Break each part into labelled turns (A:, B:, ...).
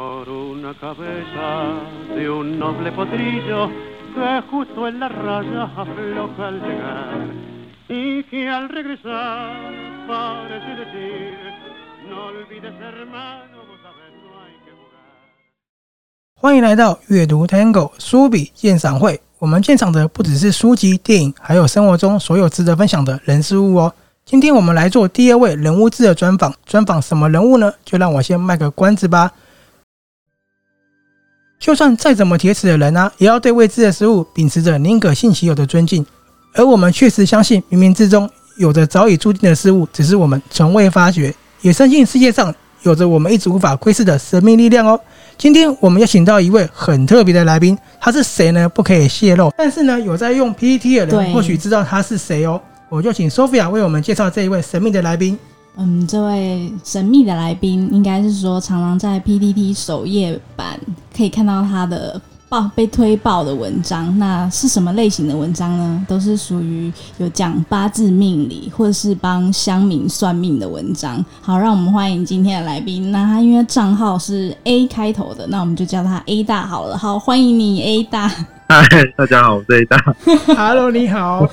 A: una cabeza de un noble potrillo que justo en la raya afloja al llegar y que al regresar parece decir, no olvides hermano, vos sabés, no hay que jugar.
B: 欢迎来到阅读 Tango 书笔鉴赏会。我们鉴赏的不只是书籍、电影，还有生活中所有值得分享的人事物哦。今天我们来做第二位人物志的专访，专访什么人物呢？就让我先卖个关子吧。就算再怎么铁齿的人啊，也要对未知的事物秉持着宁可信其有的尊敬。而我们确实相信，冥冥之中有着早已注定的事物，只是我们从未发觉，也深信世界上有着我们一直无法窥视的神秘力量哦。今天我们邀请到一位很特别的来宾，他是谁呢？不可以泄露。但是呢，有在用 PPT 的人
C: 对
B: 或许知道他是谁哦。我就请 Sophia 为我们介绍这一位神秘的来宾。
C: 嗯，这位神秘的来宾应该是说，常常在 PTT 首页版可以看到他的爆被推爆的文章。那是什么类型的文章呢？都是属于有讲八字命理，或者是帮乡民算命的文章。好，让我们欢迎今天的来宾。那他因为账号是 A 开头的，那我们就叫他 A 大好了。好，欢迎你 A 大。
D: 嗨，大家好，我是 A 大。
B: Hello，你好。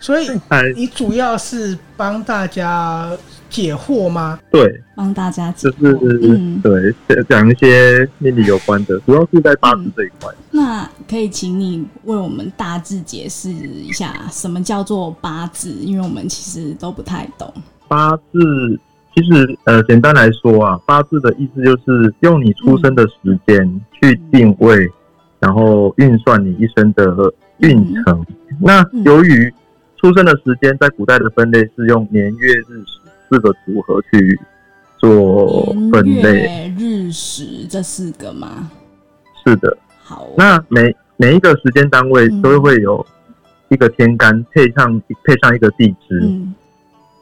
B: 所以
D: 嗨，
B: 你主要是帮大家解惑吗？
D: 对，
C: 帮大家解
D: 就
C: 惑
D: 是、
C: 嗯
D: 对讲一些命理有关的，主要是在八字这一块。
C: 那可以请你为我们大致解释一下什么叫做八字，因为我们其实都不太懂。
D: 八字其实呃，简单来说啊，八字的意思就是用你出生的时间去定位，然后运算你一生的运程。
C: 嗯
D: 那由于出生的时间在古代的分类是用年月日时四个组合去做哦
C: 嗯
D: 分
C: 年
D: 类，
C: 月日时这四个吗？
D: 是的。
C: 好，
D: 那每每一个时间单位
C: 嗯
D: 都会有一个天干配上配上一个地支、
C: 嗯，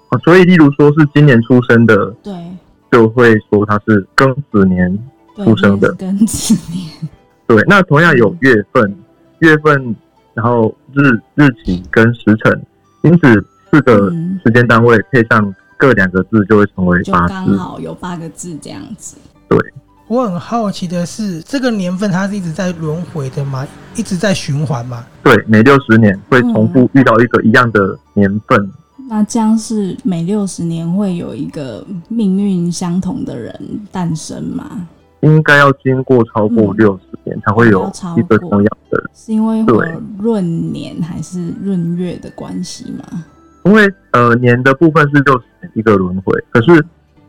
D: 啊，所以例如说是今年出生的，
C: 对，
D: 就会说它是庚子年。
C: 对，
D: 出生的
C: 跟子年，
D: 对，那同样有
C: 嗯
D: 月份、月份，然后日日期跟时辰，因此四个
C: 嗯
D: 时间单位配上各两个字，就会成为
C: 就
D: 八
C: 刚
D: 字。
C: 好有八个字这样子。
B: 我很好奇的是，这个年份它是一直在轮回的吗？一直在循环吗？
D: 对，每六十年会重
C: 嗯
D: 复遇到一个一样的年份。
C: 那这样是每六十年会有一个命运相同的人诞生吗？
D: 应该要经过超过
C: 嗯
D: 六十年，才会有
C: 要超
D: 一个
C: 过
D: 同样的
C: 是因为会有
D: 对
C: 闰年还是闰月的关系吗？
D: 因为呃年的部分是六十年一个轮回，可是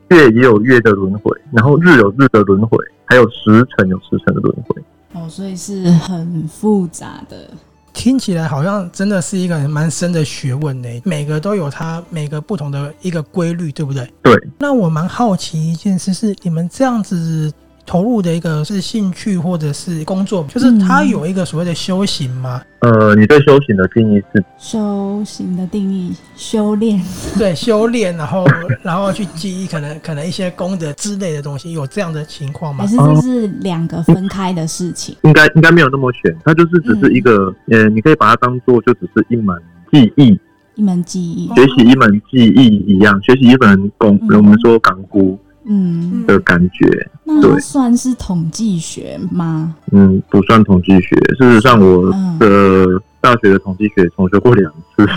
D: 月也有月的轮回，然后日有日的轮回，还有时辰有时辰的轮回。
C: 哦，所以是很复杂的。
B: 听起来好像真的是一个蛮深的学问呢、每个都有它每个不同的一个规律，对不对？
D: 对。
B: 那我蛮好奇一件事是，你们这样子投入的一个是兴趣或者是工作，就是它
C: 嗯
B: 有一个所谓的修行吗？
D: 呃，你对修行的定义是
C: 修行的定义，修炼，
B: 对，修炼，然后然后去记忆可能可能一些功德之类的东西，有这样的情况吗
C: 还？是这是两个分开的事情？
D: 应该应该没有那么玄，它就是只是一个、呃，你可以把它当做就只是一门技艺，
C: 一门技艺，
D: 学习一门技艺一样，学习一门功，
C: 嗯
D: 我们说港股
C: 嗯，
D: 的感觉，
C: 那
D: 对
C: 算是统计学吗？
D: 嗯，不算统计学。事实上，我
C: 嗯
D: 的大学的统计学重修过两次，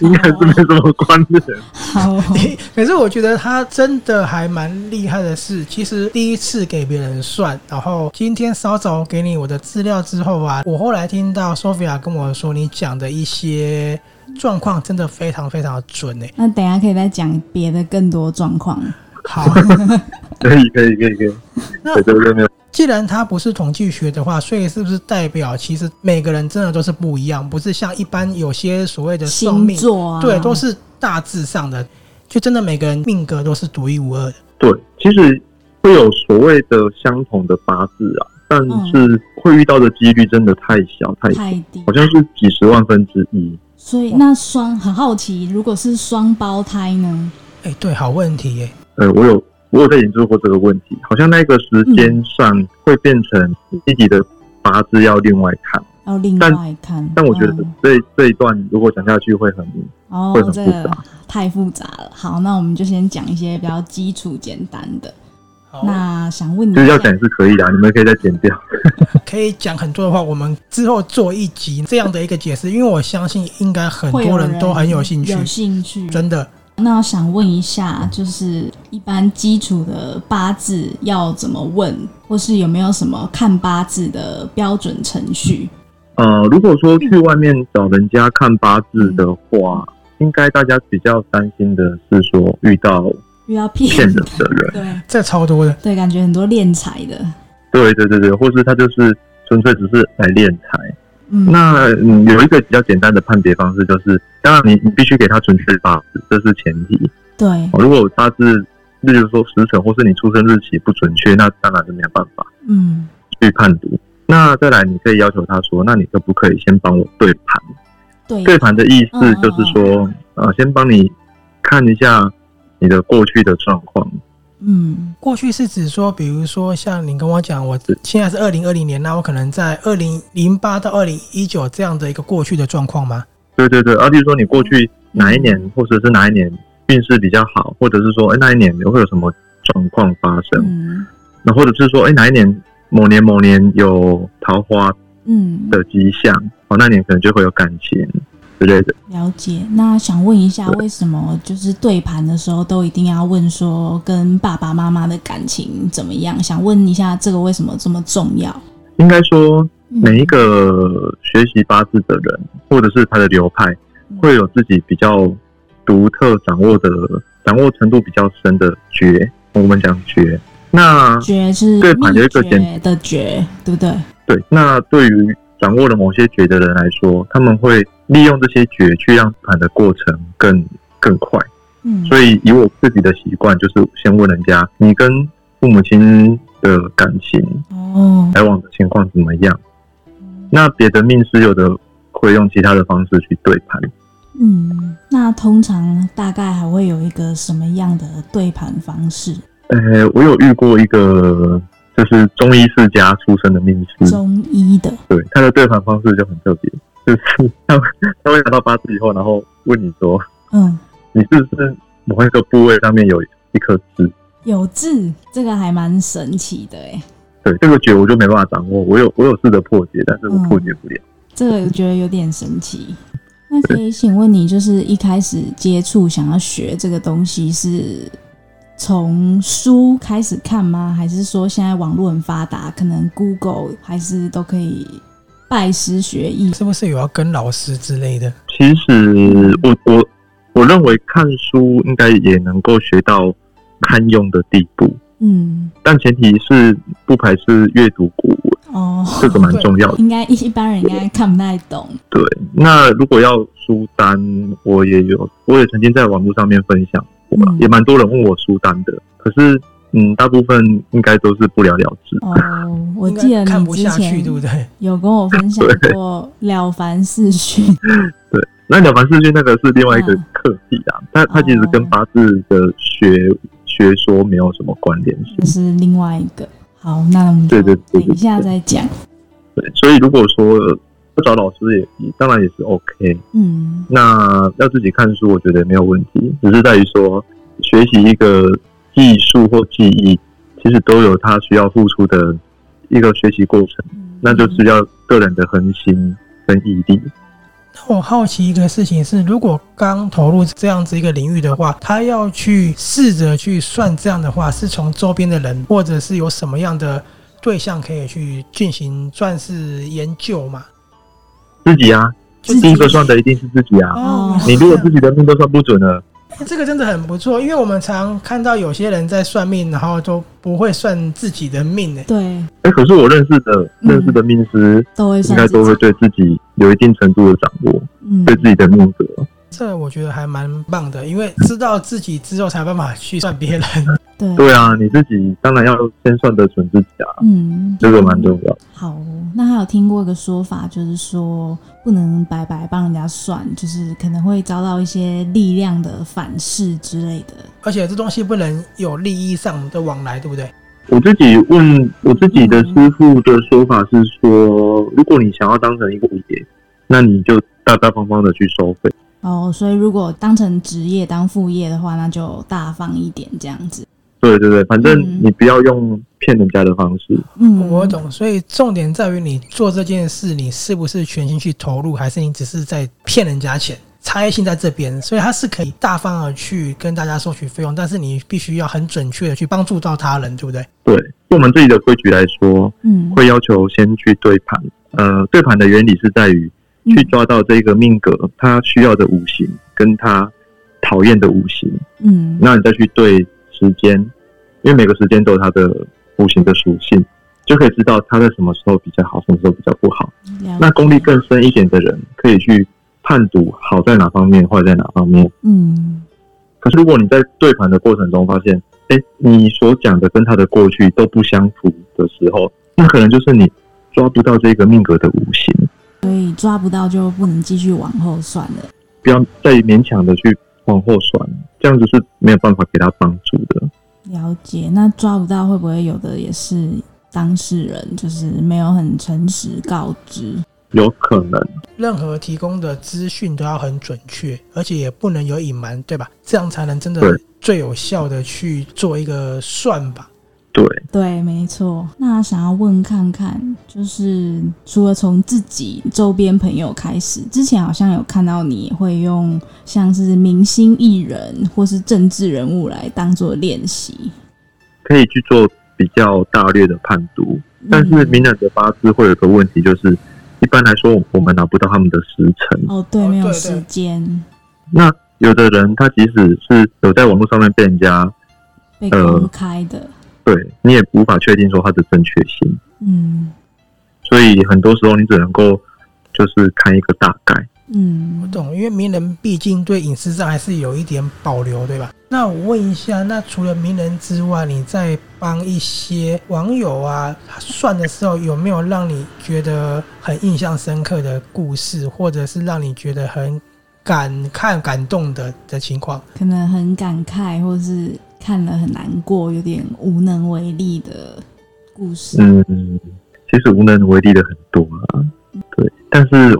D: 应该是没什么关联。
C: 好，
B: 可是我觉得他真的还蛮厉害的是，其实第一次给别人算，然后今天稍早给你我的资料之后啊，我后来听到 Sophia 跟我说你讲的一些状况真的非常非常的准欸诶、
C: 那等一下可以再讲别的更多状况。
B: 好，
D: 可以，可以，可以，可以。
B: 那
D: 对对对，没有。
B: 既然它不是统计学的话，所以是不是代表其实每个人真的都是不一样，不是像一般有些所谓的算
C: 星
B: 命
C: 座啊，
B: 对，都是大致上的，就真的每个人命格都是独一无二的。
D: 对，其实会有所谓的相同的八字啊，但是会遇到的几率真的太小太小，
C: 太低
D: 好，像是几十万分之一。
C: 所以那双很好奇，如果是双胞胎呢？
B: 哎、对，好问题耶、
D: 呃，我有我有在研究过这个问题，好像那个时间上会变成自己的八字要另外看，
C: 要另
D: 但
C: 外看。
D: 但我觉得
C: 嗯
D: 这这一段如果讲下去会很
C: 哦
D: 会，很
C: 这
D: 复
C: 个
D: 杂
C: 太复杂了。好，那我们就先讲一些比较基础简单的。那想问你
D: 就是要
C: 一下
D: 讲，也是可以啊，你们可以再剪掉。
B: 可以讲很多的话，我们之后做一集这样的一个解释，因为我相信应该很
C: 会
B: 多人都很有兴趣，
C: 有兴趣。
B: 真的。
C: 那我想问一下，就是一般基础的八字要怎么问，或是有没有什么看八字的标准程序？
B: 嗯
D: 呃，如果说去外面找人家看八字的话，应该大家比较担心的是说遇到
C: 遇到骗
D: 骗人
C: 的，
D: 的人，
C: 对
B: 这超多的，
C: 对，感觉很多敛财的，
D: 对对对对，或是他就是纯粹只是来敛财。
C: 嗯，
D: 那嗯有一个比较简单的判别方式，就是当然你你必须给他准确的八字，这是前提。
C: 对，
D: 哦如果八字，例如说时辰或是你出生日期不准确，那当然是没有办法
C: 嗯，
D: 去判读。那再来，你可以要求他说，那你可不可以先帮我对盘？
C: 嗯对，
D: 对盘的意
C: 嗯
D: 思就是说，呃，先帮你看一下你的过去的状况。
C: 嗯，
B: 过去是指说，比如说像你跟我讲，我现在是二零二零年，那我可能在二零零八到二零一九这样的一个过去的状况吗？
D: 对对对，啊，例如说你过去哪一
C: 嗯
D: 年，或者是哪一年运势比较好，或者是说，哎，那一年会有什么状况发生？
C: 嗯，
D: 那、或者是说，哎，哪一年某年某年有桃花
C: 嗯，
D: 的迹象，哦，那年可能就会有感情之类的。
C: 了解。那想问一下，为什么就是对盘的时候都一定要问说跟爸爸妈妈的感情怎么样？想问一下，这个为什么这么重要？
D: 应该说，
C: 嗯
D: 每一个学习八字的人，或者是他的流派，
C: 嗯
D: 会有自己比较独特掌握的、掌握程度比较深的诀。我们讲诀，那
C: 诀是
D: 对盘有一个
C: 秘诀的诀，对不对？
D: 对，那对于掌握了某些诀的人来说，他们会利用这些诀去让盘的过程更更快。
C: 嗯，
D: 所以以我自己的习惯，就是先问人家，你跟父母亲的感情
C: 哦，
D: 来往的情况怎么样？那别的命师有的会用其他的方式去对盘。
C: 嗯，那通常大概还会有一个什么样的对盘方式？
D: 呃，我有遇过一个就是中医世家出身的命师，
C: 中医的，
D: 对他的对盘方式就很特别，就是 他会他会拿到八字以后，然后问你说
C: 嗯，
D: 你是不是某一个部位上面有一颗痣？
C: 有字，这个还蛮神奇的哎。
D: 对，这个诀我就没办法掌握，我有我有试着破解，但是我
C: 嗯
D: 破解不了。
C: 这个我觉得有点神奇。那可以请问你，就是一开始接触想要学这个东西，是从书开始看吗？还是说现在网络很发达，可能 Google 还是都可以拜师学艺？
B: 是不是有要跟老师之类的？
D: 其实我我我认为看书应该也能够学到堪用的地步。
C: 嗯，
D: 但前提是不排斥阅读古文，
C: 哦，
D: 这个蛮重要的。
C: 应该一般人应该看不太懂。
D: 对，那如果要书单，我也有，我也曾经在网络上面分享过啦
C: 嗯
D: 也蛮多人问我书单的。可是，嗯，大部分应该都是不了了之。
C: 哦，我记
B: 应该
C: 得
B: 看
C: 你
B: 不
C: 之
B: 下去，对不
C: 前
B: 对？
C: 有跟我分享过《了凡四训》，
D: 那了凡四训那个是另外一个
C: 嗯
D: 课题啊，它它其实
C: 哦
D: 跟八字的学学说没有什么关联性
C: 这。是另外一个。好，那我们就
D: 对对对对
C: 等一下再讲。
D: 对，所以如果说要找老师也当然也是 OK，
C: 嗯。
D: 那要自己看书，我觉得没有问题，只是在于说学习一个技术或技艺，其实都有它需要付出的一个学习过程，那就是要个人的恒心跟毅力。
B: 那我好奇一个事情是，如果刚投入这样子一个领域的话，他要去试着去算这样的话，是从周边的人，或者是有什么样的对象可以去进行算是研究嘛？
D: 自己啊，
C: 自己
D: 第一个算的一定是自己啊。
B: 哦
C: 哦，
D: 你如果自
B: 是
D: 己的命都算不准了，
B: 这个真的很不错，因为我们常看到有些人在算命，然后都不会算自己的命呢。
C: 对，
D: 哎，可是我认识的
C: 嗯
D: 认识的命师，
C: 都会
D: 应
C: 算
D: 该都
C: 自
D: 会
C: 己，
D: 对自己有一定程度的掌握，
C: 嗯，
D: 对自己的命格。
B: 这我觉得还蛮棒的，因为知道自己之后才有办法去算别人。
C: 对，
D: 对啊，你自己当然要先算得准自己啊，
C: 嗯，
D: 这个蛮重要的。
C: 好。那还有听过一个说法，就是说不能白白帮人家算，就是可能会遭到一些力量的反噬之类的。
B: 而且这东西不能有利益上的往来，对不对？
D: 我自己问我自己的师傅的说法是说，如果你想要当成一个爷，那你就大大方方的去收费。
C: 哦，所以如果当成职业当副业的话，那就大方一点这样子。
D: 对对对，反正
C: 嗯
D: 你不要用骗人家的方式。
C: 嗯，
B: 我懂，所以重点在于你做这件事，你是不是全心去投入，还是你只是在骗人家钱？差异性在这边，所以它是可以大方的去跟大家收取费用，但是你必须要很准确的去帮助到他人，对不对？
D: 对，就我们自己的规矩来说，
C: 嗯，
D: 会要求先去对盘。呃，对盘的原理是在于去抓到这个命格他需要的五行跟他讨厌的五行，
C: 嗯，嗯
D: 那你再去对时间，因为每个时间都有它的五行的属性，就可以知道它在什么时候比较好，什么时候比较不好。
C: 了
D: 那
C: 解
D: 功力更深一点的人，可以去判读好在哪方面，坏在哪方面。
C: 嗯
D: 可是如果你在对盘的过程中发现，哎，你所讲的跟他的过去都不相符的时候，那可能就是你抓不到这个命格的五行，
C: 所以抓不到就不能继续往后算了。
D: 不要再勉强的去往后算，这样子是没有办法给他帮助的。
C: 了解，那抓不到会不会有的也是当事人就是没有很诚实告知？
D: 有可能，
B: 任何提供的资讯都要很准确，而且也不能有隐瞒，对吧？这样才能真的
D: 对
B: 最有效的去做一个算吧。
D: 对，
C: 对，没错。那想要问看看，就是除了从自己周边朋友开始，之前好像有看到你会用像是明星艺人或是政治人物来当做练习，
D: 可以去做比较大略的判读。但是
C: 嗯
D: 明人的八字会有个问题，就是一般来说，我们拿不到他们的时辰。
C: 哦，对，
B: 哦
C: 没有
B: 对
C: 时
B: 对
C: 间
D: 那有的人他即使是有在网络上面被人家
C: 被
D: 呃
C: 公开的，
D: 对你也无法确定说它的正确性，
C: 嗯
D: 所以很多时候你只能够就是看一个大概。
B: 我
C: 嗯，
B: 懂，因为名人毕竟对隐私上还是有一点保留，对吧？那我问一下，那除了名人之外，你在帮一些网友啊算的时候，有没有让你觉得很印象深刻的故事，或者是让你觉得很感看感动的的情况？
C: 可能很感慨，或是看了很难过，有点无能为力的故事。
D: 嗯，其实无能为力的很多啊，
C: 嗯
D: 对，但是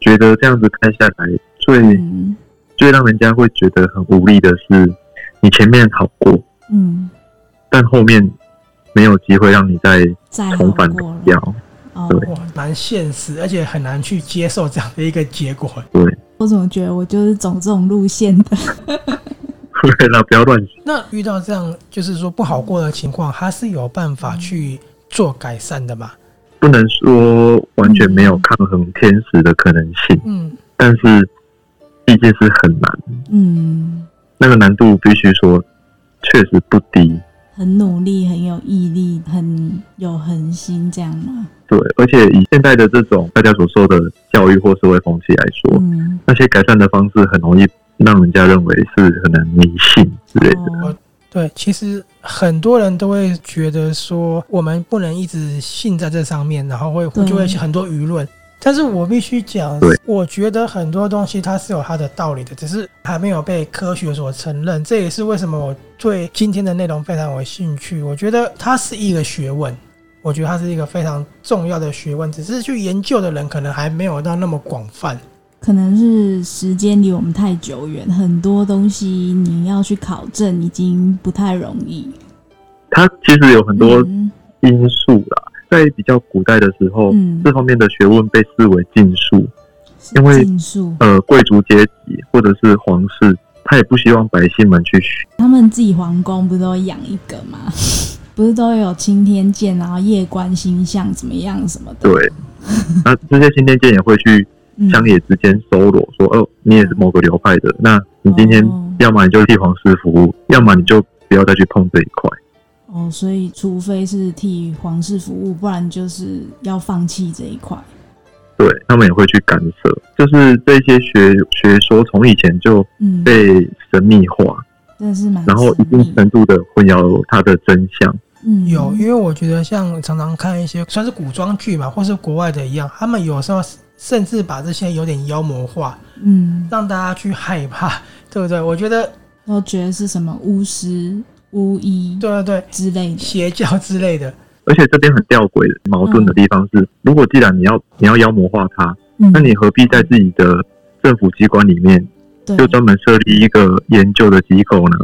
D: 觉得这样子看下来，最、
C: 嗯
D: 最让人家会觉得很无力的是，你前面好过，
C: 嗯，
D: 但后面没有机会让你再
C: 再好
D: 重返
C: 过
D: 目
C: 了
D: 标。
C: 哦，
D: 对
B: 哇，蛮现实，而且很难去接受这样的一个结果。
C: 我怎么觉得我就是走这种路线的？
D: 对啦，不要乱
B: 那遇到这样就是说不好过的情况，他是有办法去做改善的嘛？
D: 不能说完全没有抗衡天使的可能性，
B: 嗯，
D: 但是毕竟是很难，
C: 嗯，
D: 那个难度必须说确实不低。
C: 很努力，很有毅力，很有恒心，这样吗？
D: 对，而且以现在的这种大家所受的教育或社会风气来说，
C: 嗯，
D: 那些改善的方式很容易让人家认为是可能迷信之类的。
C: 哦，
B: 对，其实很多人都会觉得说，我们不能一直信在这上面，然后会
C: 对
B: 就会很多舆论。但是我必须讲
D: 对，
B: 我觉得很多东西它是有它的道理的，只是还没有被科学所承认。这也是为什么我对今天的内容非常有兴趣。我觉得它是一个学问，我觉得它是一个非常重要的学问，只是去研究的人可能还没有到那么广泛。
C: 可能是时间离我们太久远，很多东西你要去考证已经不太容易。
D: 它其实有很多
C: 嗯
D: 因素啦，在比较古代的时候，
C: 嗯
D: 这方面的学问被视为禁术。
C: 是
D: 因为
C: 禁术，
D: 呃，贵族阶级或者是皇室，他也不希望百姓们去学。
C: 他们自己皇宫不都养一个吗？ 不是都有青天剑，然后夜观星象怎么样什么的？
D: 对，那这些新天剑也会去
C: 嗯，
D: 乡野之间搜罗，说哦，你也是某个流派的，那你今天
C: 哦
D: 要么你就替皇室服务，要么你就不要再去碰这一块。
C: 哦，所以除非是替皇室服务，不然就是要放弃这一块。
D: 对他们也会去干涉，就是这些学学说从以前就
C: 嗯，
D: 被神秘化，
C: 真的是蛮
D: 然后
C: 嗯
D: 一
C: 神秘
D: 定程度的混淆它的真相。
C: 嗯
B: 有，因为我觉得像常常看一些算是古装剧嘛，或是国外的一样，他们有时候甚至把这些有点妖魔化，
C: 嗯，
B: 让大家去害怕， 对不对？我觉得，
C: 都觉得是什么巫师、巫医
B: 对对对，
C: 之类的。
B: 邪教之类的，
D: 而且这边很吊诡的矛盾的地方是，如果既然你要你要妖魔化它，
C: 嗯，
D: 那你何必在自己的政府机关里面
C: 对
D: 就专门设立一个研究的机构呢？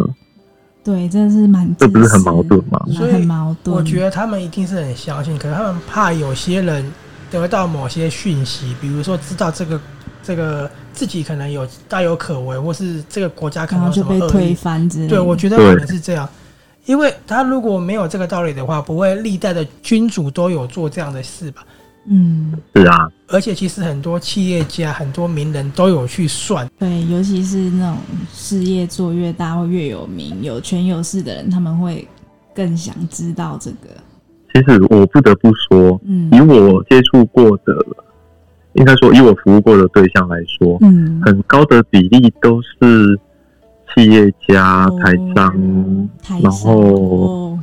C: 对，真的是蛮
D: 这不是
C: 真实
D: 很矛盾吗？
B: 所以
C: 很矛盾。
B: 我觉得他们一定是很相信，可能他们怕有些人得到某些讯息，比如说知道这个这个自己可能有大有可为，或是这个国家可
C: 然
B: 能
C: 后
B: 有什
C: 就
B: 么
C: 被
B: 恶
C: 推
B: 意。
C: 翻之类的。
B: 对，我觉得可能是这样，因为他如果没有这个道理的话，不会历代的君主都有做这样的事吧？
C: 嗯，
D: 是啊，
B: 而且其实很多企业家、很多名人都有去算，
C: 对，尤其是那种事业做越大或越有名、有权有势的人，他们会更想知道这个。
D: 其实我不得不说，
C: 嗯
D: 以我接触过的，应该说以我服务过的对象来说，
C: 嗯，
D: 很高的比例都是企业家、台商
C: 哦，台商
D: 然后
C: 哦，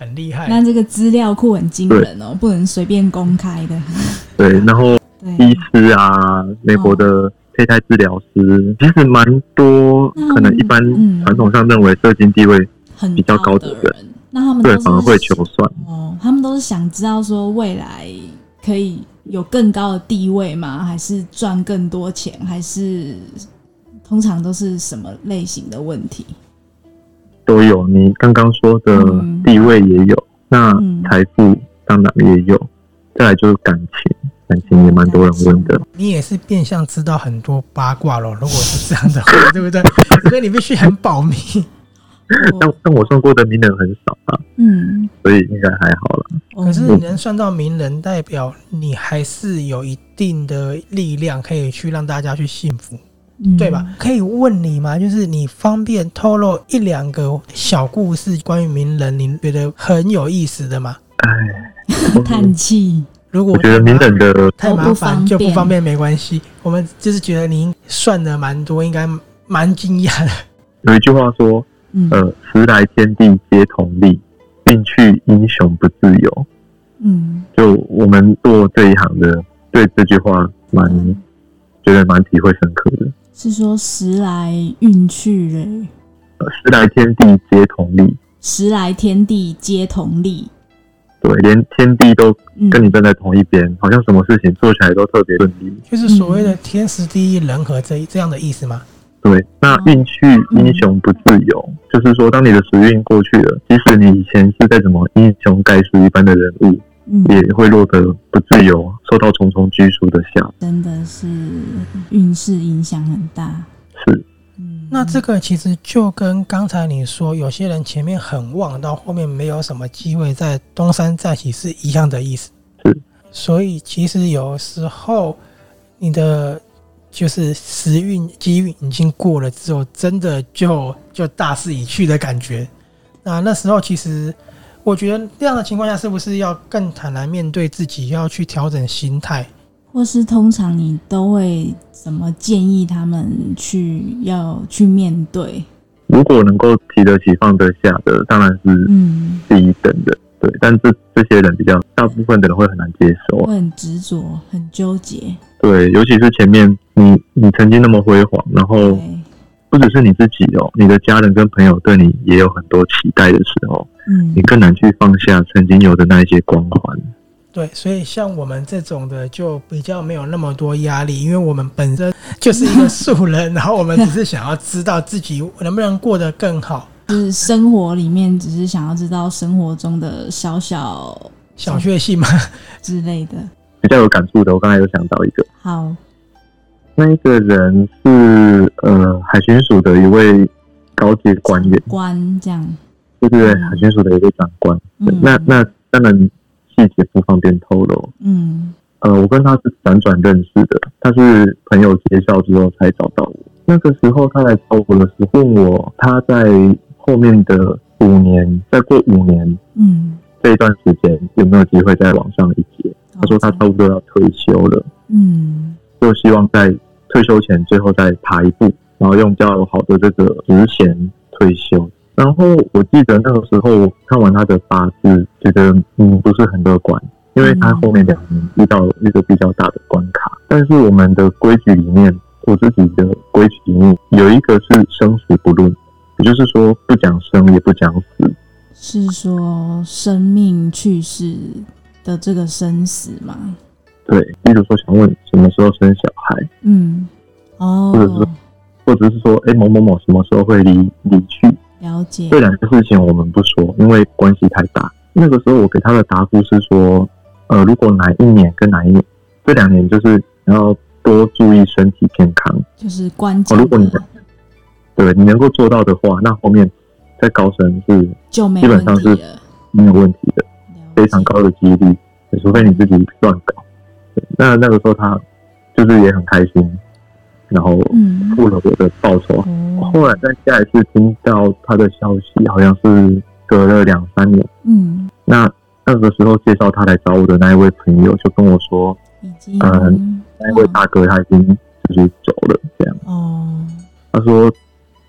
B: 很厉害。
C: 那这个资料库很惊人哦，不能随便公开的。
D: 对，然后
C: 对
D: 医，师啊，美国的胚胎治疗师，其实蛮多
C: 嗯，
D: 可能一般
C: 嗯
D: 传统上认为社经地位
C: 很
D: 比较高
C: 的
D: 的
C: 人，那他们
D: 对
C: 都是
D: 反而会求算。
C: 哦，他们都是想知道说未来可以有更高的地位吗？还是赚更多钱？还是通常都是什么类型的问题？
D: 都有，你刚刚说的
C: 嗯
D: 地位也有，
C: 嗯
D: 那财富当然也有，再来就是感情，感情也蛮多人问
C: 嗯
D: 的。
B: 你也是变相知道很多八卦咯，如果是这样的话，对不对？所以你必须很保密。
D: 但
C: 我
D: 但我算过的名人很少啊，
C: 嗯，
D: 所以应该还好啦。
B: 可是
C: 哦
B: 你能算到名人，代表你还是有一定的力量可以去让大家去信服，
C: 嗯
B: 对吧？？嗯可以问你吗？就是你方便透露一两个小故事关于名人，你觉得很有意思的吗？
D: 唉，
C: 嗯叹气，
B: 如果
D: 我觉得名人的
B: 太麻烦就
C: 都不方便
B: 不方便没关系，我们就是觉得您算的蛮多，应该蛮惊讶的。
D: 有一句话说，
C: 嗯
D: 呃，时来天地皆同力，病去英雄不自由。
C: 嗯，
D: 就我们做这一行的，对这句话蛮觉得蛮体会深刻的。
C: 是说时来运去人，
D: 呃时来天地皆同力，
C: 时来天地皆同力。
D: 对，连天地都
C: 嗯，
D: 跟你站在同一边，好像什么事情做起来都特别顺利。
B: 就是所谓的天时地利人和这一这样的意思吗？
C: 嗯
D: 对，那运去英雄不自由，就是说，当你的时运过去了，即使你以前是再怎么英雄盖世一般的人物，
C: 嗯，
D: 也会落得不自由，受到重重拘束的下。
C: 真的是运势影响很大。
D: 是，
C: 嗯，
B: 那这个其实就跟刚才你说，有些人前面很旺，到后面没有什么机会在东山再起是一样的意思
D: 是。
B: 所以其实有时候你的就是时运机运已经过了之后，真的就就大势已去的感觉。那那时候其实我觉得这样的情况下，是不是要更坦然面对自己，要去调整心态？
C: 或是通常你都会怎么建议他们去要去面对？
D: 如果能够提得起放得下的，当然是
C: 嗯，
D: 第一等的。对，但这这些人比较大部分的人会很难接受啊。
C: 会很执着，很纠结。
D: 对，尤其是前面你你曾经那么辉煌，然后
C: 对，
D: 不只是你自己哦，你的家人跟朋友对你也有很多期待的时候，
C: 嗯
D: 你，更难去放下曾经有的那一些光环。
B: 对，所以像我们这种的就比较没有那么多压力，因为我们本身就是一个素人，然后我们只是想要知道自己能不能过得更好，
C: 就是生活里面只是想要知道生活中的小小
B: 小确幸嘛。
C: 之类的。
D: 比较有感触的，我刚才有想到一个，
C: 好，
D: 那一个人是呃海巡署的一位高级官员，
C: 关这样。
D: 就是海巡署的一位长官。对
C: 嗯，
D: 那那当然细节不方便透露。
C: 嗯
D: 呃，我跟他是辗转认识的，他是朋友介绍之后才找到我。那个时候他来找我的时候，问我他在后面的五年，再过五年
C: 嗯，
D: 这一段时间有没有机会再往上一阶？他说他差不多要退休了，
C: 嗯
D: 就希望在退休前最后再爬一步，然后用比较好的这个职衔退休。然后我记得那个时候我看完他的八字，觉得嗯不是很乐观，因为他后面两年遇到一个比较大的关卡。但是我们的规矩里面，我自己的规矩里面有一个是生死不论，也就是说不讲生也不讲死。
C: 是说生命去世的这个生死吗？
D: 对，例如说想问什么时候生小孩，
C: 嗯，
D: 或者
C: 哦
D: 是，或者是说，哎、某某某什么时候会离离去？
C: 了解，
D: 这两个事情我们不说，因为关系太大。那个时候我给他的答复是说，呃，如果哪一年跟哪一年，这两年就是要多注意身体健康。
C: 就是关键
D: 哦
C: 的。
D: 如果你对你能够做到的话，那后面在高升是
C: 就没
D: 基
C: 问
D: 本
C: 题
D: 上
C: 了，
D: 是没有问题的，
C: 了
D: 非常高的几率，除非你自己乱搞。对那那个时候他就是也很开心，然后
C: 解。嗯，
D: 付了我的报酬。
C: 哦，
D: 后来在下一次听到他的消息，好像是隔了两三年。
C: 嗯，
D: 那那个时候介绍他来找我的那一位朋友就跟我说，
C: 已经
D: 嗯那一位大哥他已经就是走了，这样。
C: 哦，
D: 他说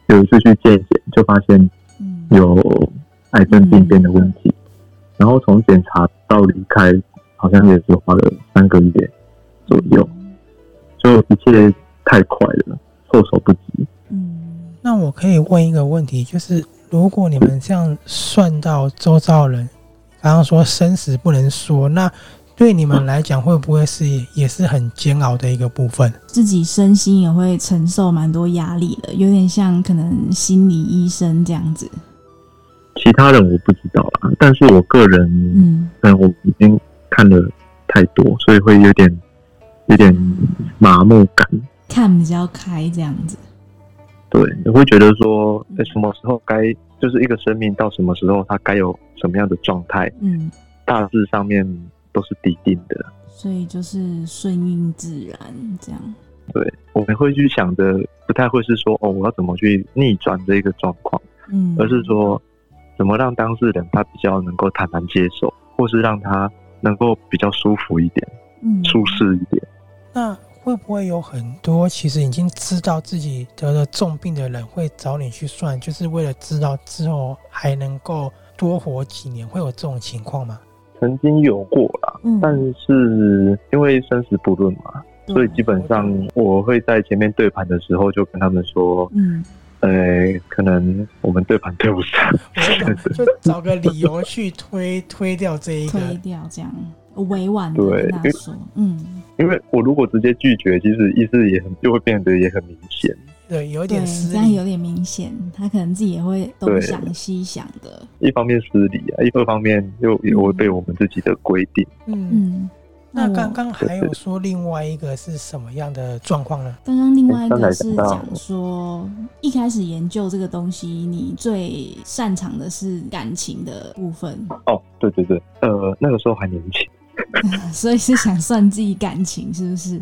D: 有一次去健检，就发现
C: 嗯，
D: 有癌症病变的问题，然后从检查到离开，好像也是花了三个月左右，就一切太快了，措手不及。
C: 嗯，
B: 那我可以问一个问题，就是如果你们这样算到周遭人，刚刚说生死不能说，那对你们来讲会不会是也是很煎熬的一个部分？
C: 自己身心也会承受蛮多压力的，有点像可能心理医生这样子。
D: 其他人我不知道啦，但是我个人，
C: 嗯，
D: 可能我已经看的太多，所以会有点有点麻木感。
C: 看比较开这样子。
D: 对，你会觉得说，哎、什么时候该就是一个生命到什么时候它该有什么样的状态，
C: 嗯，
D: 大致上面都是底定的。
C: 所以就是顺应自然这样。
D: 对，我们会去想的不太会是说，哦，我要怎么去逆转这个状况，
C: 嗯，
D: 而是说，怎么让当事人他比较能够坦然接受，或是让他能够比较舒服一点、
C: 嗯
D: 舒适一点。
B: 那会不会有很多其实已经知道自己得了重病的人会找你去算，就是为了知道之后还能够多活几年，会有这种情况 吗？
D: 曾经有过啦，
C: 嗯
D: 但是因为生死不论嘛，
C: 对
D: 所以基本上我会在前面对盘的时候就跟他们说，
C: 嗯，
D: 呃，可能我们对盘对不上，
B: 我懂就找个理由去推推掉这一个。
C: 推掉这样，委婉的
D: 对
C: 跟他说，嗯，
D: 因为我如果直接拒绝，其实意思也很就会变得也很明显。
B: 对，有一
C: 对，
B: 点
C: 这
B: 失
C: 样有
B: 礼。
C: 点明显，他可能自己也会东
D: 对
C: 想西想的。
D: 一方面失礼啊，一二方面又也违背我们自己的规定。
B: 嗯，
C: 嗯，
B: 那
C: 我
B: 刚刚还有说另外一个是什么样的状况呢？
C: 刚刚另外一
D: 哎刚才
C: 个
D: 讲
C: 是
D: 到
C: 讲说，一开始研究这个东西，你最擅长的是感情的部分，
D: 哦，对对对，呃，那个时候还年轻，
C: 啊所以是想算计感情，是不是？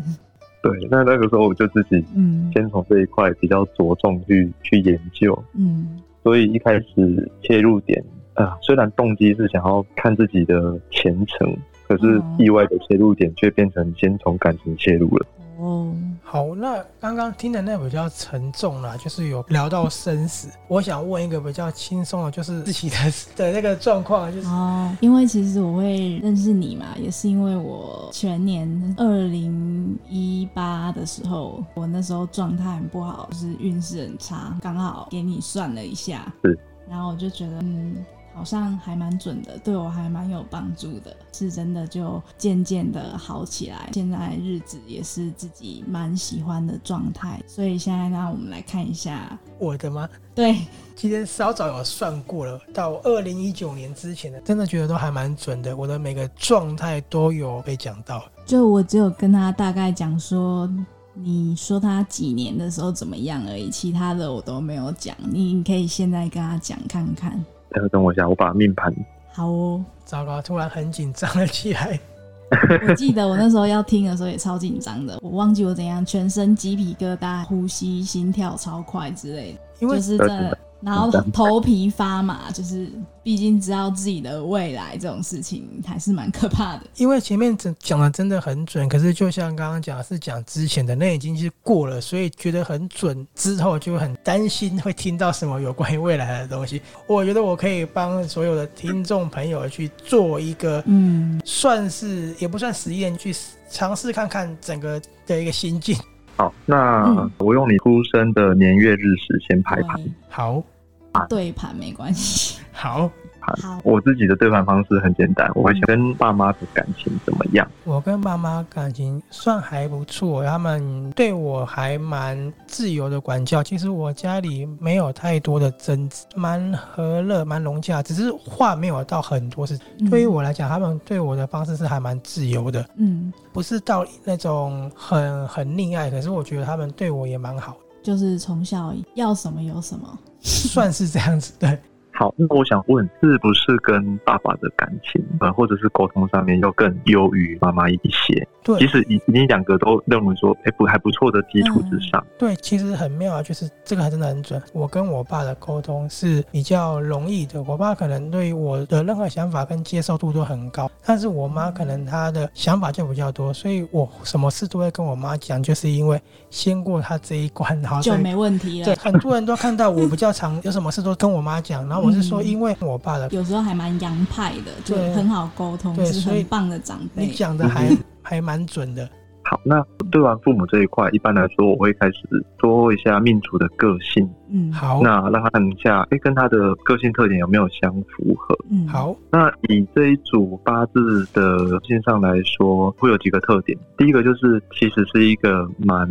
D: 对，那那个时候我就自己
C: 嗯
D: 先从这一块比较着重去去研究，
C: 嗯
D: 所以一开始切入点啊、呃，虽然动机是想要看自己的前程，可是
C: 嗯
D: 意外的切入点却变成先从感情切入了。
C: 哦，
B: 好，那刚刚听的那比较沉重啦，就是有聊到生死。我想问一个比较轻松的，就是自己的 的那个状况，就是
C: 哦，因为其实我会认识你嘛，也是因为我全年二零一八的时候，我那时候状态很不好，就是运势很差，刚好给你算了一下，
D: 是，
C: 然后我就觉得嗯。好像还蛮准的，对我还蛮有帮助的，是真的就渐渐的好起来。现在日子也是自己蛮喜欢的状态，所以现在让我们来看一下，
B: 我的吗？
C: 对，
B: 其实稍早有算过了，到二零一九年之前的，真的觉得都还蛮准的。我的每个状态都有被讲到。
C: 就我只有跟他大概讲说，你说他几年的时候怎么样而已，其他的我都没有讲。你你可以现在跟他讲看看。
D: 呃，等我一下，我把命盘
C: 好 哦，
B: 糟糕，突然很紧张了起来。
C: 我记得我那时候要听的时候也超紧张的，我忘记我怎样，全身鸡皮疙瘩，呼吸、心跳超快之类的，
B: 因为
C: 就是真的，然后
D: 紧张
C: 头皮发麻，就是毕竟知道自己的未来这种事情还是蛮可怕的。
B: 因为前面讲讲的真的很准，可是就像刚刚讲的是讲之前的，那已经是过了，所以觉得很准，之后就很担心会听到什么有关于未来的东西。我觉得我可以帮所有的听众朋友去做一个，
C: 嗯，
B: 算是也不算实验，去尝试看看整个的一个心境。
D: 好，那、
C: 嗯
D: 我用你出生的年月日时先排盘。
C: 对，
B: 好，
C: 对盘没关系。
B: 好，
D: 盘
C: 好。
D: 我自己的对盘方式很简单，我
C: 嗯
D: 会想跟爸妈的感情怎么样。
B: 我跟爸妈感情算还不错，他们对我还蛮自由的管教。其实我家里没有太多的争执，蛮和乐，蛮融洽，只是话没有到很多是。
C: 嗯
B: 对于我来讲，他们对我的方式是还蛮自由的，
C: 嗯，
B: 不是到那种很很溺爱。可是我觉得他们对我也蛮好，
C: 就是从小要什么有什么，
B: 算是这样子。对，
D: 好，那我想问，是不是跟爸爸的感情，呃，或者是沟通上面要更优于妈妈一些？
B: 对，
D: 即使已已经两个都认为说，哎、不还不错的基础之上，
C: 嗯
B: 对，其实很妙啊，就是这个还真的很准。我跟我爸的沟通是比较容易的，我爸可能对我的任何想法跟接受度都很高，但是我妈可能她的想法就比较多，所以我什么事都会跟我妈讲，就是因为先过她这一关，然后
C: 就
B: 再
C: 没问题
B: 对
C: 了。
B: 很多人都看到我比较常有什么事都跟我妈讲，然后我是说
C: 嗯
B: 因为我爸的，
C: 有时候还蛮洋派的，就
B: 对
C: 很好沟通，
B: 对
C: 是
B: 所以
C: 很棒的长
B: 你
C: 辈。
B: 讲的还还蛮准的。
D: 好，那对完父母这一块，一般来说，我会开始说一下命主的个性，
C: 嗯，，
B: 好，
D: 那让他看一下，哎、跟他的个性特点有没有相符合？
C: 嗯，，
B: 好，
D: 那以这一组八字的线上来说，会有几个特点。第一个就是，其实是一个蛮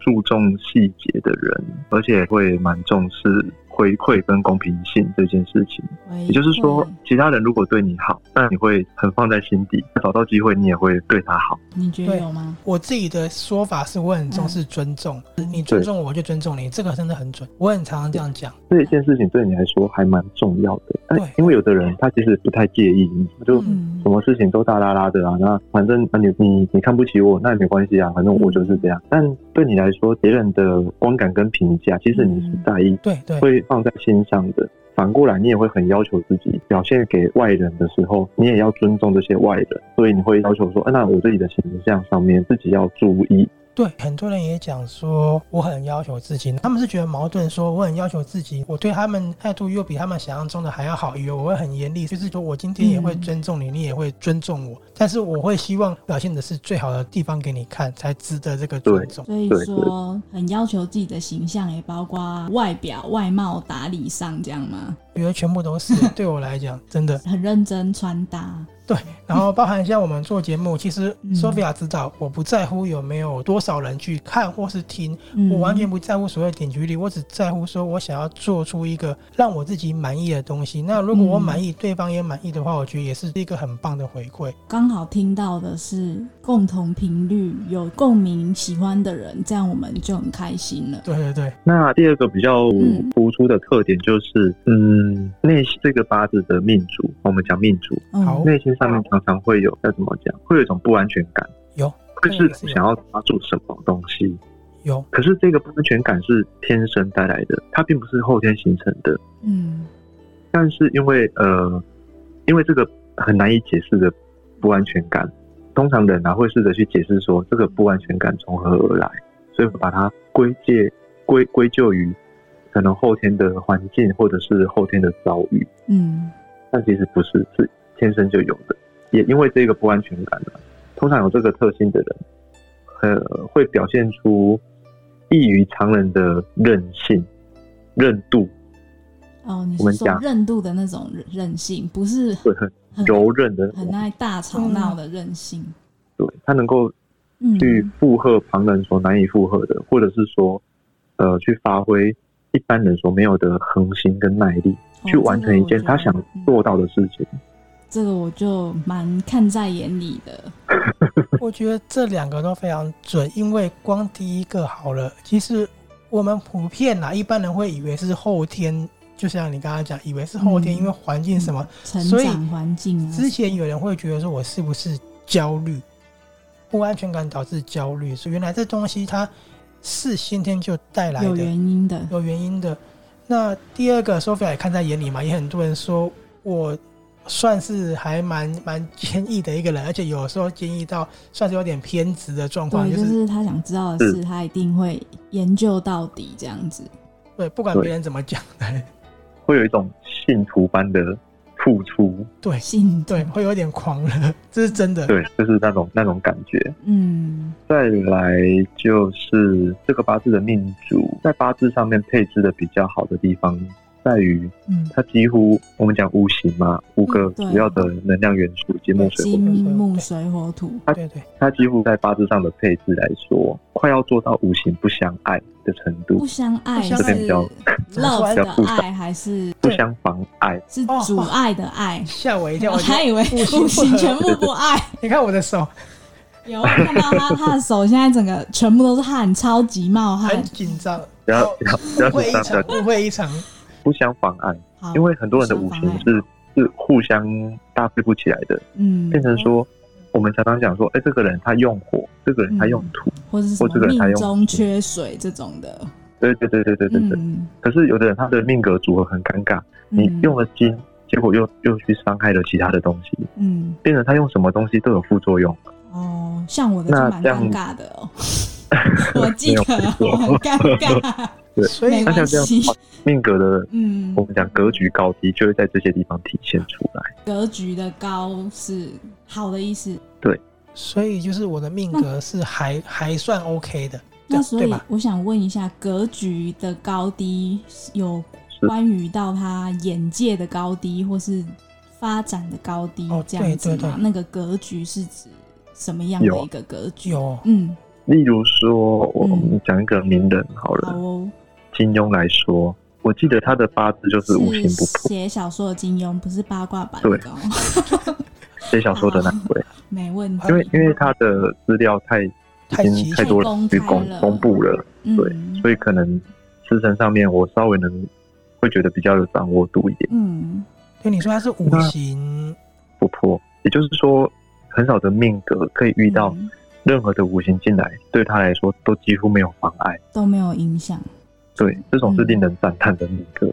D: 注重细节的人，而且会蛮重视回馈跟公平性这件事情。也就是说，
C: 嗯
D: 其他人如果对你好，那你会很放在心底，找到机会你也会对他好。
C: 你觉得
B: 对
C: 有吗？
B: 我自己的说法是我很重视尊重，你尊重我，我就尊重你，这个真的很准。我很常常这样讲，
D: 这一件事情对你来说还蛮重要的，但
B: 对
D: 因为有的人他其实不太介意你，就
C: 嗯
D: 什么事情都大拉拉的啊，那反正啊你你你看不起我，那也没关系啊，反正我就是这样。但对你来说，别人的观感跟评价，其实你是在意，
B: 对嗯对
D: 会放在心上的。反过来，你也会很要求自己表现给外人的时候，你也要尊重这些外人，所以你会要求说，啊、那我自己的形象上面自己要注意。
B: 对，很多人也讲说我很要求自己，他们是觉得矛盾，说我很要求自己，我对他们态度又比他们想象中的还要好，以为我会很严厉，就是说我今天也会
C: 嗯
B: 尊重你，你也会尊重我，但是我会希望表现的是最好的地方给你看，才值得这个尊重。
C: 所以
D: 对
C: 说很要求自己的形象，也包括外表、外貌、打理上这样吗？
B: 我觉得全部都是对我来讲，真的
C: 很认真穿搭，
B: 对，然后包含像我们做节目，其实
C: 嗯
B: Sophia 知道，我不在乎有没有多少人去看或是听，
C: 嗯
B: 我完全不在乎所谓的点击率，我只在乎说我想要做出一个让我自己满意的东西。那如果我满意，对方也满意的话，我觉得也是一个很棒的回馈。
C: 刚好听到的是共同频率、有共鸣、喜欢的人，这样我们就很开心了。
B: 对对对，
D: 那第二个比较
C: 嗯
D: 突出的特点就是，嗯，内心这个八字的命主，我们讲命主，
C: 嗯、
B: 好
D: 内心上面常常会有要怎么讲，会有一种不安全感，
B: 有
D: 会是想要抓住什么东西。
B: 有，
D: 可是这个不安全感是天生带来的，它并不是后天形成的。
C: 嗯，
D: 但是因为呃，因为这个很难以解释的不安全感，通常人啊会试着去解释说这个不安全感从何而来，所以会把它归结归归咎于可能后天的环境或者是后天的遭遇。
C: 嗯，
D: 但其实不是，是天生就有的。也因为这个不安全感呢、通常有这个特性的人，呃，会表现出异于常人的韧性、韧度，
C: 哦，你
D: 我
C: 是
D: 们
C: 说
D: 讲
C: 韧度的那种任性，不是
D: 对，很
C: 很
D: 柔韧的那
C: 很
D: 种，
C: 爱大吵
B: 嗯
C: 闹的任性。
D: 对，他能够
C: 嗯，
D: 去负荷旁人所难以负荷的，或者是说，呃，去发挥一般人所没有的恒心跟耐力，
C: 哦
D: 去完成一件他想
C: 嗯
D: 做到的事情。
C: 这个我就蛮看在眼里的。
B: 我觉得这两个都非常准，因为光第一个好了，其实我们普遍啊啦，一般人会以为是后天，就像你刚刚讲，以为是后天，
C: 嗯
B: 因为环境什么。
C: 成
B: 所以
C: 长环境啊，
B: 之前有人会觉得说我是不是焦虑，不安全感导致焦虑，所以原来这东西它是先天就带来
C: 有
B: 的
C: 原。因的。
B: 有原因的。那第二个，Sophia 也看在眼里嘛，也很多人说我算是还蛮蛮坚毅的一个人，而且有时候坚毅到算是有点偏执的状况，
C: 对，
B: 就
C: 就是是他想知道的事，他一定会研究到底，这样子。
B: 对，不管
D: 对
B: 别人怎么讲，
D: 会有一种信徒般的付出，
B: 对
C: 信
B: 对，会有点狂热，这是真的。
D: 对，就是那种那种感觉。
C: 嗯，
D: 再来就是这个八字的命主在八字上面配置的比较好的地方，在于
C: 嗯，
D: 它几乎我们讲五行嘛，五个
C: 嗯对
D: 主要的能量元素，金木水火
C: 金
D: 土，
C: 木水火土，
B: 对对，
D: 它几乎在八字上的配置来说，快要做到五行不相爱的程
C: 不
D: 度，
C: 相爱
B: 不
C: 是
B: 相哦
D: 爱比较
C: love
D: 比较复
C: 的
D: 杂
C: 爱还是
D: 不相妨碍。
C: 是阻碍的 爱？
B: 吓哦我一跳，
C: 我
B: 我觉得
C: 还以为
B: 五行
C: 五行
B: 不合
C: 全部不 爱，
B: 你看我的手
C: 有我看到他他的手现在整个全部都是汗，超级冒汗
B: 很。紧张，
D: 不要
B: 哦
D: 不要不要
B: 误会
D: 紧张，
B: 一
D: 不要
B: 场，误会一场，
D: 不相妨碍，
C: 好，
D: 因为很多人的五
C: 嗯不相
D: 行
C: 妨
D: 是是互相搭配不起来的，
C: 嗯，
D: 变成说我们常常讲说，哎、这个人他用火，这个人他用土，
C: 或者是什
D: 或这
C: 么
D: 个人还
C: 命
D: 用
C: 中缺水这种的，
D: 对对对对对对对。
C: 嗯，
D: 可是有的人他的命格组合很尴尬，你
C: 嗯
D: 用了金，结果又又去伤害了其他的东西，
C: 嗯
D: 变成他用什么东西都有副作用。
C: 哦，像我的就
D: 那
C: 蛮
D: 这样
C: 尴尬的 哦，我记得 我很尴尬，
B: 所以
C: 没
D: 那像
C: 关
D: 这样
C: 系，
D: 命格的，
C: 嗯
D: 我，们讲格局高低，就会在这些地方体现出来。
C: 格局的高是好的意思。
B: 所以就是我的命格是还还算 OK 的，
C: 嗯那所
B: 对
C: 以
B: 吧？
C: 我想问一下，格局的高低有
D: 是
C: 关于到他眼界的高低，或是发展的高低
B: 哦
C: 这样子吗？
B: 对对对
C: 那个格局是指什么样的
D: 有啊
C: 一个格局？
B: 有
C: 嗯，
D: 例如说，我
C: 嗯
D: 我们讲一个名人好了，
C: 好哦，
D: 金庸来说，我记得他的八字就是五行不破，
C: 写小说的金庸，不是八卦版的哦，
D: 写小说的那一位，
C: 没问题。
D: 因为因为他的资料太
B: 太
D: 已经
B: 齐
D: 太多
C: 全
D: 人
C: 公
D: 去
C: 开
D: 公
C: 了
D: 公布了，对
C: 嗯
D: 所以可能自身上面我稍微能会觉得比较有掌握度一点，
C: 嗯
B: 对你说它是五行，
D: 不破，也就是说很少的命格可以遇到
C: 嗯
D: 任何的五行进来，对他来说都几乎没有妨碍。
C: 都没有影响，
D: 对，这种是令人赞叹的命格。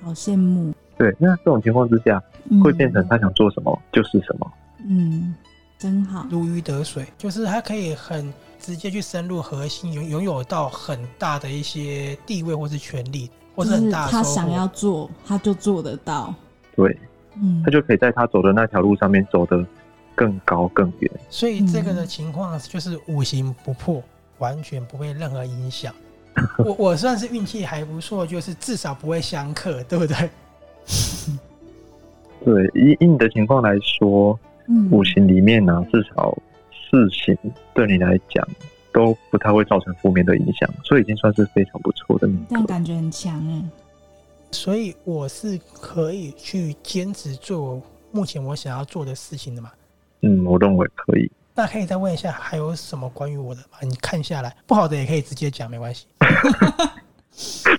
C: 好羡慕。
D: 对，那这种情况之下，
C: 嗯
D: 会变成他想做什么就是什么。
C: 嗯，真好。
B: 如鱼得水，就是它可以很直接去深入核心，拥拥有到很大的一些地位或是权力，或
C: 就是
B: 很
C: 是
B: 大的
C: 他
B: 收获
C: 想要做，他就做得到。
D: 对，
C: 嗯
D: 他，就可以在他走的那条路上面走得更高更远。
B: 所以这个
C: 嗯
B: 的情况就是五行不破，完全不会任何影响。 我我算是运气还不错，就是至少不会相克，对不对？
D: 对，以以你的情况来说，
C: 嗯
D: 五行里面呢、啊至少四行对你来讲都不太会造成负面的影响，所以已经算是非常不错的命
C: 这样
D: 格。
C: 感觉很强哎。
B: 所以我是可以去坚持做目前我想要做的事情的嘛。
D: 嗯，我认为可以。
B: 那可以再问一下，还有什么关于我的吗？你看下来不好的也可以直接讲，没关系。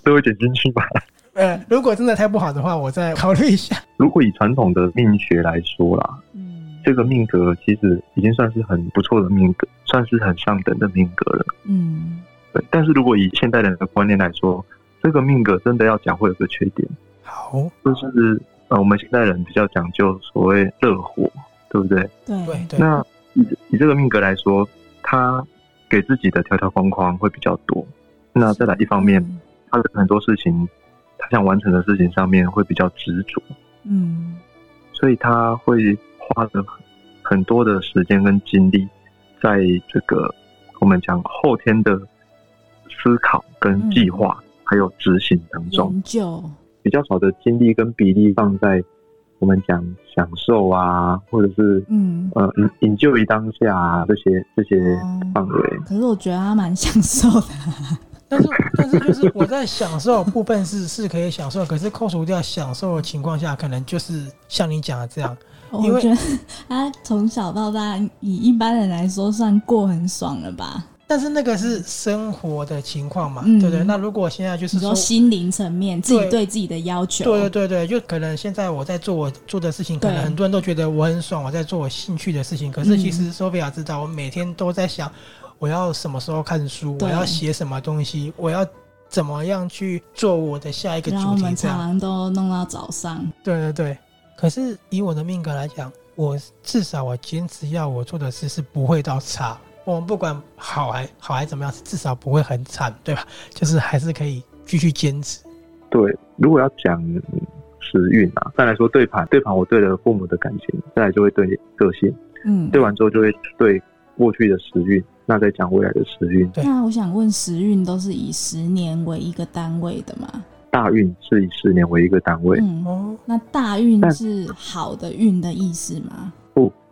D: 都会剪进去吧。
B: 呃，如果真的太不好的话，我再考虑一下。
D: 如果以传统的命学来说啦，
C: 嗯
D: 这个命格其实已经算是很不错的命格，算是很上等的命格了。
C: 嗯，
D: 对，但是如果以现代人的观念来说，这个命格真的要讲会有个缺点，
B: 好，
D: 就是呃，我们现代人比较讲究所谓热火，对不对？
C: 对
B: 对对，
D: 那以以这个命格来说，他给自己的条条框框会比较多。那再来一方面，，他的很多事情，他想完成的事情上面会比较执着，
C: 嗯
D: 所以他会花了很多的时间跟精力，在这个我们讲后天的思考跟计划，还有执行当
C: 嗯，
D: 中，
C: 研究，
D: 比较少的精力跟比例放在我们讲享受啊，或者是
C: 嗯。
D: 呃引引咎于当下、啊、这些这些
C: 哦
D: 范围。
C: 可是我觉得他蛮享受的，
B: 但是但是就是我在享受部分是是可以享受，可是扣除掉享受的情况下，可能就是像你讲的这样，因为
C: 哦我觉得 他从小到大，以一般人来说，算过很爽了吧？
B: 但是那个是生活的情况嘛，
C: 嗯
B: 对不对？那如果现在就
C: 你
B: 是
C: 说
B: 说，
C: 心灵层面，自己
B: 对
C: 对自己的要求，
B: 对对对对，就可能现在我在做我做的事情，可能
C: 对
B: 很多人都觉得我很爽，我在做我兴趣的事情。可是其
C: 嗯
B: 实索菲亚知道，我每天都在想，我要什么时候看书，我
C: 对
B: 要写什么东西，我要怎么样去做我的下一个
C: 然
B: 主
C: 后啊我
B: 题，
C: 们
B: 这
C: 常
B: 样。
C: 常都弄到早上，
B: 对对对。可是以我的命格来讲，我至少我坚持要我做的事是不会到差。我们不管好还好还怎么样，至少不会很惨，对吧？就是还是可以继续坚持。
D: 对，如果要讲时运啊，再来说对盘，对盘我对了父母的感情，再来就会对个性，
C: 嗯，
D: 对完之后就会对过去的时运，那再讲未来的时运。
B: 对
C: 那我想问，时运都是以十年为一个单位的吗？
D: 大运是以十年为一个单位，
C: 嗯，
B: 哦，
C: 那大运
D: 但
C: 是好的运的意思吗？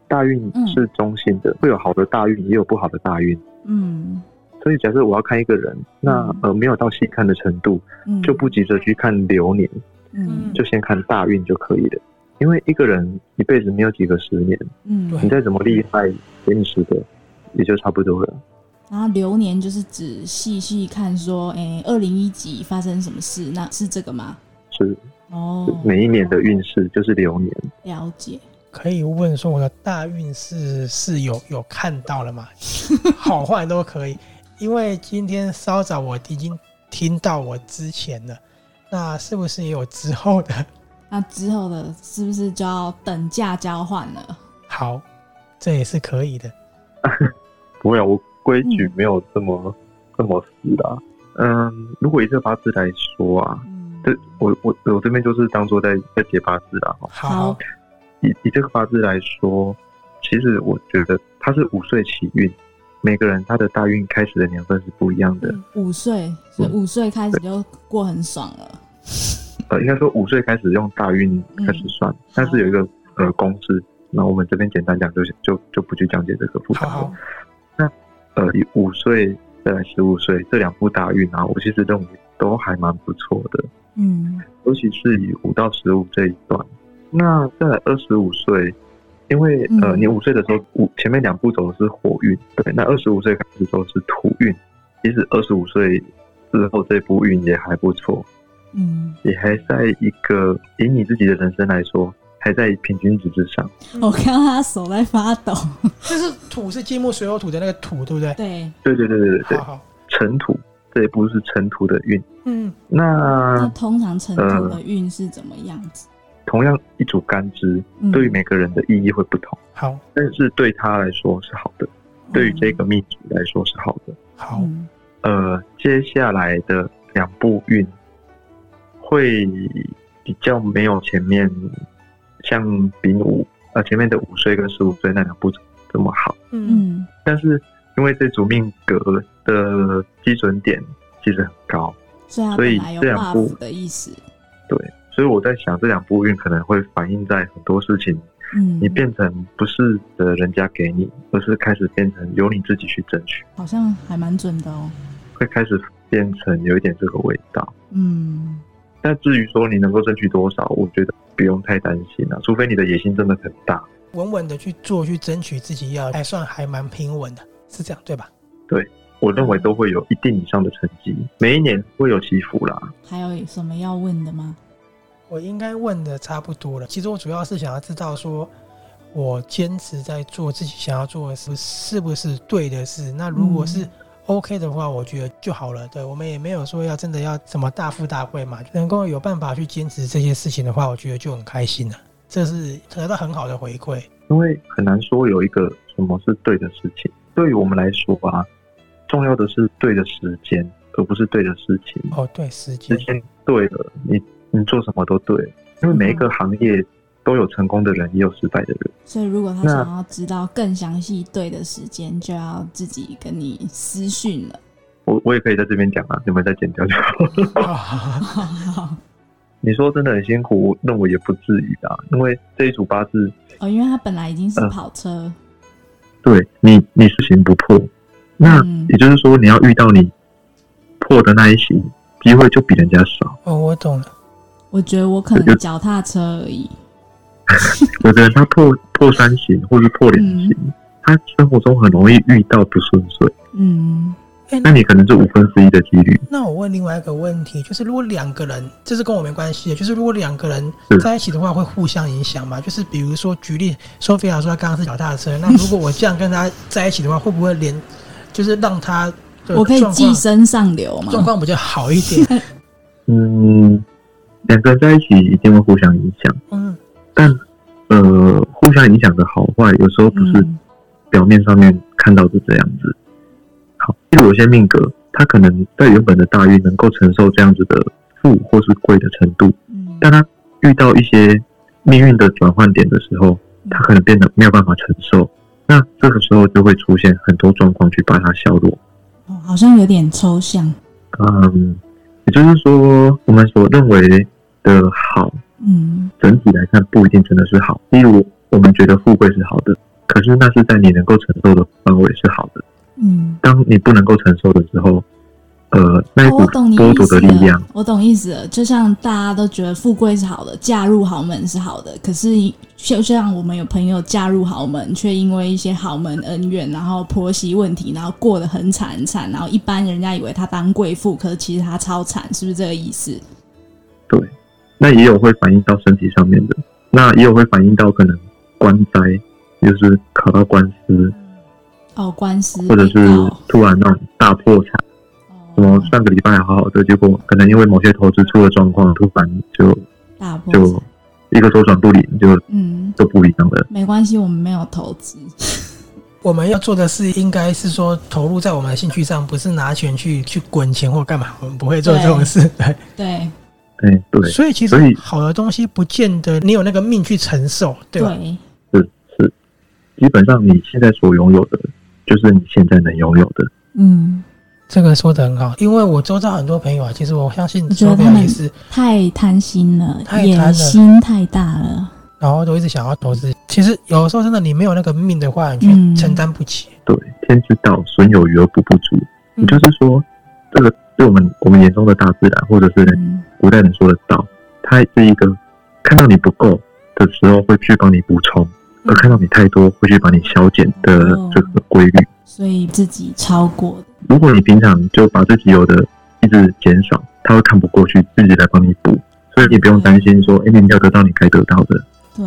D: 大运
C: 嗯
D: 是中性的，会有好的大运，也有不好的大运。
C: 嗯
D: 所以假设我要看一个人，那
C: 嗯
D: 呃没有到细看的程度，
C: 嗯，
D: 就不急着去看流年，
C: 嗯
D: 就先看大运就可以了。因为一个人一辈子没有几个十年，
C: 嗯，
D: 你再怎么厉害，给你十个也就差不多了。
C: 然后流年就是指细细看说，哎，二零一几发生什么事，那是这个吗？
D: 是
C: 哦，
D: 每一年的运势就是流年，
C: 了解。
B: 可以问说我的大运是是有有看到了吗？好坏都可以，因为今天稍早我已经听到我之前了，那是不是也有之后的？
C: 那之后的是不是就要等价交换了？
B: 好，这也是可以的。
D: 不会啊，我规矩没有这么、这么死啦。嗯，如果以这八字来说啊，
C: 嗯，
D: 这我我我这边就是当做在在解八字啦。哦
B: 好，
C: 好
D: 以以这个八字来说，其实我觉得它是五岁起运，每个人他的大运开始的年份是不一样的。
B: 嗯
C: 五岁，所以
D: 嗯
C: 五岁开始就过很爽了。
D: 呃，应该说五岁开始用大运
B: 嗯
D: 开始算，但是有一个呃公式，那我们这边简单讲就就就不去讲解这个复
B: 好
D: 杂
B: 好
D: 的。，呃，以五岁再来十五岁这两步大运啊，我其实认为都还蛮不错的。
C: 嗯
D: 尤其是以五到十五这一段。那在二十五岁，因为呃，
C: 嗯
D: 你五岁的时候，五前面两步走的是火运，对，那二十五岁开始走的是土运。其实二十五岁之后这步运也还不错，
C: 嗯
D: 也还在一个以你自己的人生来说，还在平均值之上。
C: 我看到他手在发抖。
B: 这是土是金木水火土的那个土，对不对？
C: 对，
D: 对对对对对对
B: 好，好，
D: 尘土这一步是尘土的运。
B: 嗯，
C: 那
D: 那
C: 通常成
D: 嗯
C: 土的运是怎么样子？
D: 同样一组干支，
C: 嗯
D: 对于每个人的意义会不同，
B: 好
D: 但是对他来说是好的，对于这个命主来说是好的。
B: 好，
C: 嗯
D: 呃，接下来的两步运会比较没有前面像丙午呃前面的五岁跟十五岁那两步这么好，
B: 嗯
C: 嗯
D: 但是因为这组命格的基准点其实很高，
C: 所以他本
D: 所以
C: 来有
D: 这两步
C: buff 的意思。
D: 对，所以我在想这两步运可能会反映在很多事情，
C: 嗯
D: 你，变成不是的人家给你，而是开始变成由你自己去争取，
C: 好像还蛮准的哦。
D: 会开始变成有一点这个味道。
C: 嗯
D: 但至于说你能够争取多少，我觉得不用太担心了、除非你的野心真的很大。
B: 稳稳的去做，去争取自己要，还算还蛮平稳的，是这样对吧？
D: 我认为都会有一定以上的成绩，每一年会有起伏啦。
C: 还有什么要问的吗？
B: 我应该问的差不多了。其实我主要是想要知道说，我坚持在做自己想要做的事，是不是对的事？那如果是 OK 的话，我觉得就好了。对我们也没有说要真的要什么大富大贵嘛，能够有办法去坚持这些事情的话，我觉得就很开心了。这是得到很好的回馈。
D: 因为很难说有一个什么是对的事情。对于我们来说吧，重要的是对的时间，而不是对的事情。
B: 哦，对，时间
D: 时间对了，你你做什么都对，因为每一个行业都有成功的人，也有失败的人。
C: 所以如果他
D: 那
C: 想要知道更详细对的时间，就要自己跟你私讯了。
D: 我我也可以在这边讲啊，你们再剪掉就好。
B: 啊，
C: 好好
D: 你说真的很辛苦，我认为也不至于啊，因为这一组八字
C: 哦，因为他本来已经是
D: 嗯
C: 跑车。
D: 对你，你是行不破。那
C: 嗯
D: 也就是说，你要遇到你破的那一行，机会就比人家少。
B: 哦，我懂了。
C: 我觉得我可能脚踏车而已。
D: 有的人他破破三行，或是破两行，他生活中很容易遇到不顺遂。
C: 嗯
B: 哎，
D: 那
B: 那
D: 你可能是五分之一的几率。
B: 那我问另外一个问题，就是如果两个人，这是跟我没关系的，就是如果两个人
D: 是
B: 在一起的话，会互相影响吗？就是比如说，举例，索菲亚说她刚刚是脚踏车，那如果我这样跟她在一起的话，会不会连就是让她的
C: 我可以
B: 状
C: 寄
B: 况
C: 生上流嘛？
B: 状况比较好一点？
D: 嗯，两个人在一起一定会互相影响，
B: 嗯，
D: 但呃，互相影响的好坏，有时候不是
C: 嗯
D: 表面上面看到是这样子。好，因为有些命格，他可能在原本的大运能够承受这样子的富或是贵的程度，
C: 嗯
D: 但他遇到一些命运的转换点的时候，
C: 嗯
D: 他可能变得没有办法承受。那这个时候就会出现很多状况去把它消弱。
C: 哦好像有点抽象。
D: 嗯，也就是说，我们所认为的好，
C: 嗯
D: 整体来看不一定真的是好。例如，我们觉得富贵是好的，可是那是在你能够承受的范围是好的。
C: 嗯，
D: 当你不能够承受的时候，呃，那一
C: 哦
D: 股
C: 我懂你
D: 剥夺的
C: 意
D: 力
C: 思
D: 量
C: 了，，我懂意思了。就像大家都觉得富贵是好的，嫁入豪门是好的，可是就像我们有朋友嫁入豪门，却因为一些豪门恩怨，然后婆媳问题，然后过得很惨很惨，然后一般人家以为她当贵妇，可是其实她超惨，是不是这个意思？
D: 那也有会反映到身体上面的，那也有会反映到可能官灾，就是考到官司，
C: 哦，官司
D: 或者是
C: 被告
D: 突然那种大破产。我
C: 哦
D: 们上个礼拜还好好的，结果可能因为某些投资出了状况，突然就
C: 大破
D: 就一个周转不灵，就
C: 嗯，
D: 都不一样了。
C: 没关系，我们没有投资。
B: 我们要做的事应该是说投入在我们的兴趣上，不是拿钱去去滚钱或干嘛，我们不会做这种事。对，
C: 对
D: 哎、对，
B: 所以其
D: 所
B: 实
D: 以
B: 好的东西不见得你有那个命去承受，对啊吧？
C: 对，
D: 基本上你现在所拥有的，就是你现在能拥有的。
C: 嗯，
B: 这个说的很好，因为我周遭很多朋友啊，其实我相信
C: 我觉
B: 手
C: 得
B: 表
C: 他们
B: 也是，
C: 太贪心了，
B: 太贪了
C: 野心太大了。
B: 然后都一直想要投资。其实有的时候真的你没有那个命的话，你
C: 嗯
B: 去承担不起。
D: 对，天之道，损有余而补不足。
B: 嗯
D: 也就是说，这个对我们我们眼中的大自然，或者是
C: 嗯
D: 古代人说的道，它是一个看到你不够的时候会去帮你补充，而看到你太多会去把你消减的这个规律。
C: 所以自己超过
D: 如果你平常就把自己有的一直减少，他会看不过去，自己来帮你补，所以你不用担心说，哎、你没有得到你该得到的，
C: 对，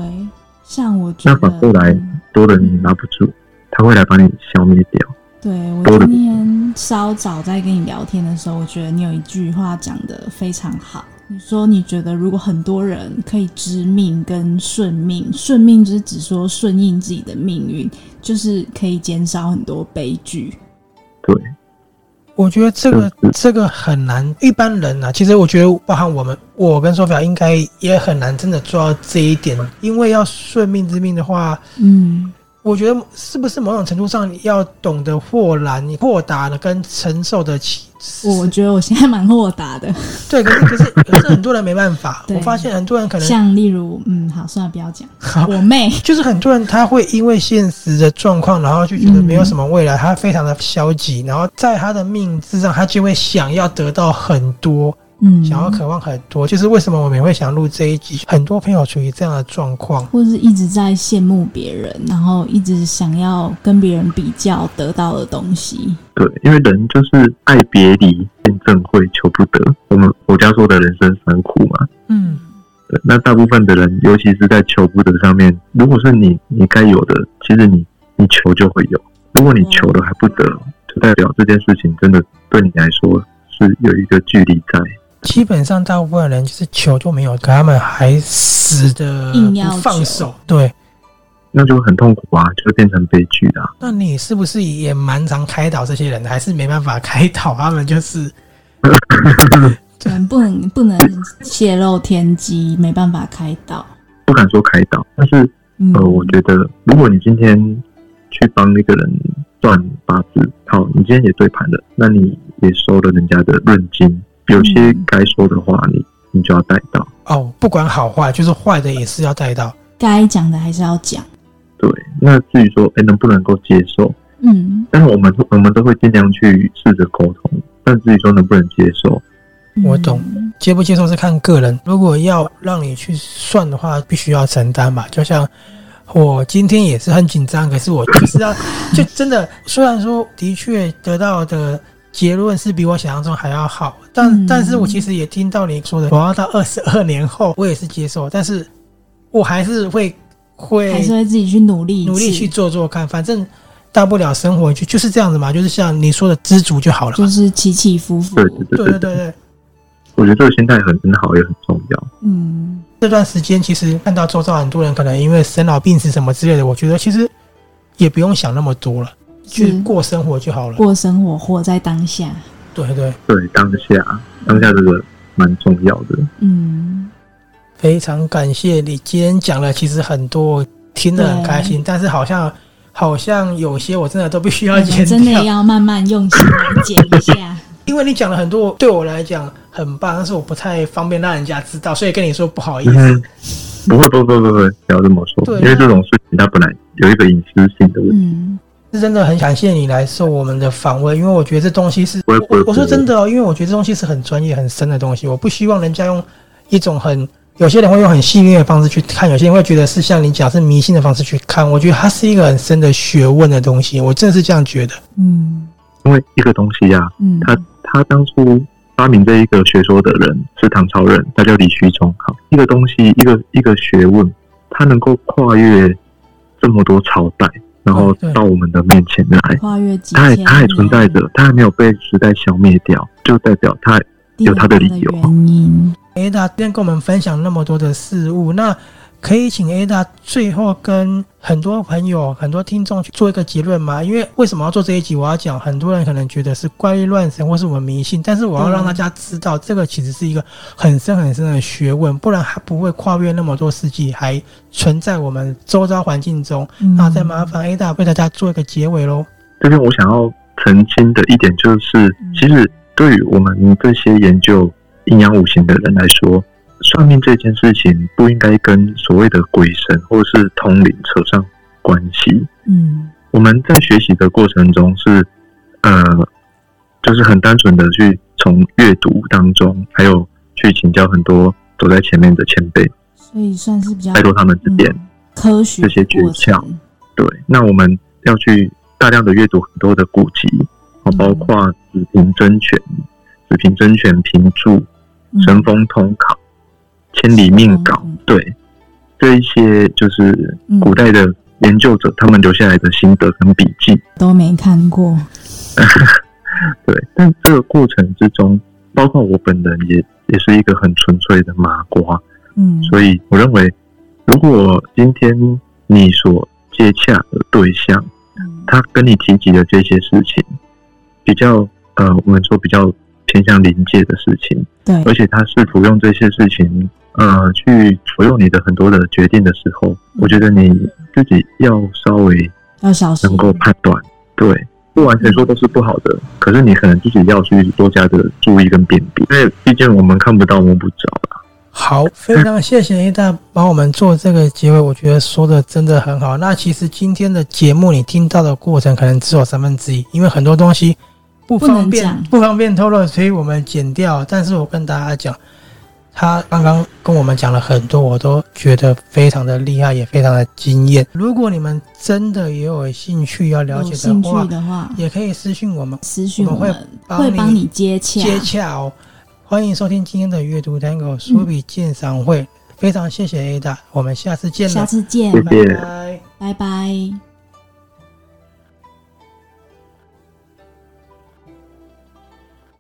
C: 像我觉得，
D: 那反过来
C: 嗯
D: 多的你拿不住，他会来把你消灭掉。
C: 对
D: 多
C: 我
D: 的
C: 今天稍早在跟你聊天的时候，我觉得你有一句话讲的非常好。你说你觉得如果很多人可以知命跟顺命，顺命就是只说顺应自己的命运，就是可以减少很多悲剧。
D: 对，
B: 我觉得这个
D: 嗯
B: 这个很难，一般人啊，其实我觉得包含我们，我跟手表应该也很难真的做到这一点，因为要顺命之命的话，
C: 嗯，
B: 我觉得是不是某种程度上要懂得豁然、豁达的跟承受得起？
C: 我觉得我现在蛮豁达的，
B: 对， 可是可是可是很多人没办法，
C: 对
B: 我发现很多人可能
C: 像例如，嗯，好，算了，不要讲
B: 好，
C: 我妹，
B: 就是很多人他会因为现实的状况，然后就觉得没有什么未来，他非常的消极，然后在他的命之上，他就会想要得到很多，
C: 嗯，
B: 想要渴望很多，就是为什么我们也会想录这一集。很多朋友处于这样的状况，
C: 或是一直在羡慕别人，然后一直想要跟别人比较得到的东西。
D: 对，因为人就是爱别离，见正会，求不得。我们佛家说的人生三苦嘛。
B: 嗯，
D: 对，那大部分的人，尤其是在求不得上面，如果是你你该有的，其实你你求就会有。如果你求了还不得，就代表这件事情真的对你来说是有一个距离在。
B: 基本上大部分人就是求就没有，可他们还死的
C: 硬要
B: 不放
C: 求
B: 手。对，
D: 那就很痛苦啊，就会变成悲剧啊啦、
B: 那你是不是也蛮常开导这些人的？还是没办法开导他们？就是
C: 可能不能不能泄露天机，没办法开导。
D: 不敢说开导，但是
C: 嗯，
D: 呃，我觉得如果你今天去帮一个人算八字，好，你今天也对盘了，那你也收了人家的论金，有些
C: 嗯
D: 该说的话你你就要带到。
B: 哦，不管好坏，就是坏的也是要带到。
C: 该讲的还是要讲。
D: 对，那至于说，哎、能不能够接受？
C: 嗯，
D: 但是我们我们都会尽量去试着沟通，但至于说能不能接受，
B: 我懂
C: 嗯
B: 接不接受是看个人。如果要让你去算的话，必须要承担吧。就像我今天也是很紧张，可是我就是要，就真的，虽然说的确得到的结论是比我想象中还要好，但、
C: 嗯
B: 但是我其实也听到你说的，我要到二十二年后，我也是接受，但是我还是会会
C: 还是会自己去努力一次，
B: 努力去做做看，反正大不了生活就就是这样子嘛，就是像你说的知足就好了
C: 就
B: 嘛。
C: 是起起伏伏
D: 对。对对
B: 嗯对
D: 对
B: 对对对。
D: 我觉得这个心态很很好，也很重要。
C: 嗯，
B: 这段时间其实看到周遭很多人可能因为生老病死什么之类的，我觉得其实也不用想那么多了，
C: 嗯
B: 去
C: 是
B: 过生活就好了。
C: 过生活，活在当下。
B: 对对，
D: 对，当下当下这个蛮重要的。
C: 嗯，
B: 非常感谢你今天讲了，其实很多听得很开心，但是好像好像有些我真的都必须要
C: 我们
B: 剪
C: 嗯真的
B: 掉，
C: 要慢慢用心来剪一下。
B: 因为你讲了很多，对我来讲很棒，但是我不太方便让人家知道，所以跟你说不好意
D: 嗯
B: 思
D: 哼。不会，不会，不会，不会，不要这么说
B: 对，啊
D: 因为这种事情它本来有一个隐私性的问题。
C: 嗯
B: 是真的很感谢你来受我们的访问，因为我觉得这东西是，
D: 不会
B: 我
D: 不会
B: 我我说
D: 不会
B: 真的哦，因为我觉得这东西是很专业、很深的东西，我不希望人家用一种很有些人会用很戏谑的方式去看，有些人会觉得是像你讲是迷信的方式去看。我觉得它是一个很深的学问的东西，我真的是这样觉得。
C: 嗯
D: 因为一个东西呀、
C: 嗯，
D: 他他当初发明这一个学说的人是唐朝人，他叫李虚中。好，一个东西，一个一个学问，它能够跨越这么多朝代，然后
B: 嗯对
D: 到我们的面前来，
C: 跨越几
D: 它还
C: 千
D: 它还
C: 年
D: 存在着，它还没有被时代消灭掉，就代表它有它的理由
C: 原因。
B: A 大今天跟我们分享那么多的事物，那可以请 A 大最后跟很多朋友、很多听众去做一个结论吗？因为为什么要做这一集？我要讲，很多人可能觉得是怪力乱神或是我们迷信，但是我要让大家知道，这个其实是一个很深很深的学问，不然它不会跨越那么多世纪，还存在我们周遭环境中。
C: 嗯
B: 那再麻烦 A 大为大家做一个结尾喽。
D: 这边我想要澄清的一点就是，其实对于我们这些研究阴阳五行的人来说，算命这件事情不应该跟所谓的鬼神或是通灵扯上关系。
C: 嗯
D: 我们在学习的过程中是，呃，就是很单纯的去从阅读当中，还有去请教很多走在前面的前辈，
C: 所以算是比较
D: 拜托他们指点。
C: 嗯科学
D: 这些诀
C: 过程
D: 窍对，那我们要去大量的阅读很多的古籍，哦
C: 嗯，
D: 包括《子平真诠》《子平真诠评注》
C: 嗯
D: 《神风通考》《千里命稿
C: 神风》
D: 对，这一些就是
C: 嗯
D: 古代的研究者他们留下来的心得跟笔记。
C: 都没看过。
D: 对，但这个过程之中，包括我本人也也是一个很纯粹的麻瓜，
C: 嗯，
D: 所以我认为，如果今天你所接洽的对象，
C: 嗯
D: 他跟你提及的这些事情，比较呃，我们说比较偏向临界的事情，
C: 对，
D: 而且他试图用这些事情呃去左右你的很多的决定的时候，我觉得你自己要稍微
C: 要小心
D: 能。够判断，对。不完全说都是不好的，可是你可能自己要去多加的注意跟辨别，因为毕竟我们看不到摸不着啦。
B: 好，非常谢谢 A 大帮我们做这个结尾，我觉得说的真的很好。那其实今天的节目你听到的过程可能只有三分之一，因为很多东西不方
C: 不能
B: 便
C: 讲
B: 不方便透露，所以我们剪掉。但是我跟大家讲，他刚刚跟我们讲了很多，我都觉得非常的厉害，也非常的惊艳。如果你们真的也有兴趣要了
C: 有
B: 解
C: 兴
B: 的话
C: 趣，的话，
B: 也可以私信我们
C: 私讯我
B: 我
C: 们
B: 们
C: 会帮你接洽。
B: 接洽哦。欢迎收听今天的阅读 Tango 书笔鉴赏会，非常谢谢嗯 Ada，我们下次见
C: 下
B: 了，
C: 次见，
D: 谢谢
B: 拜拜。
C: 拜拜。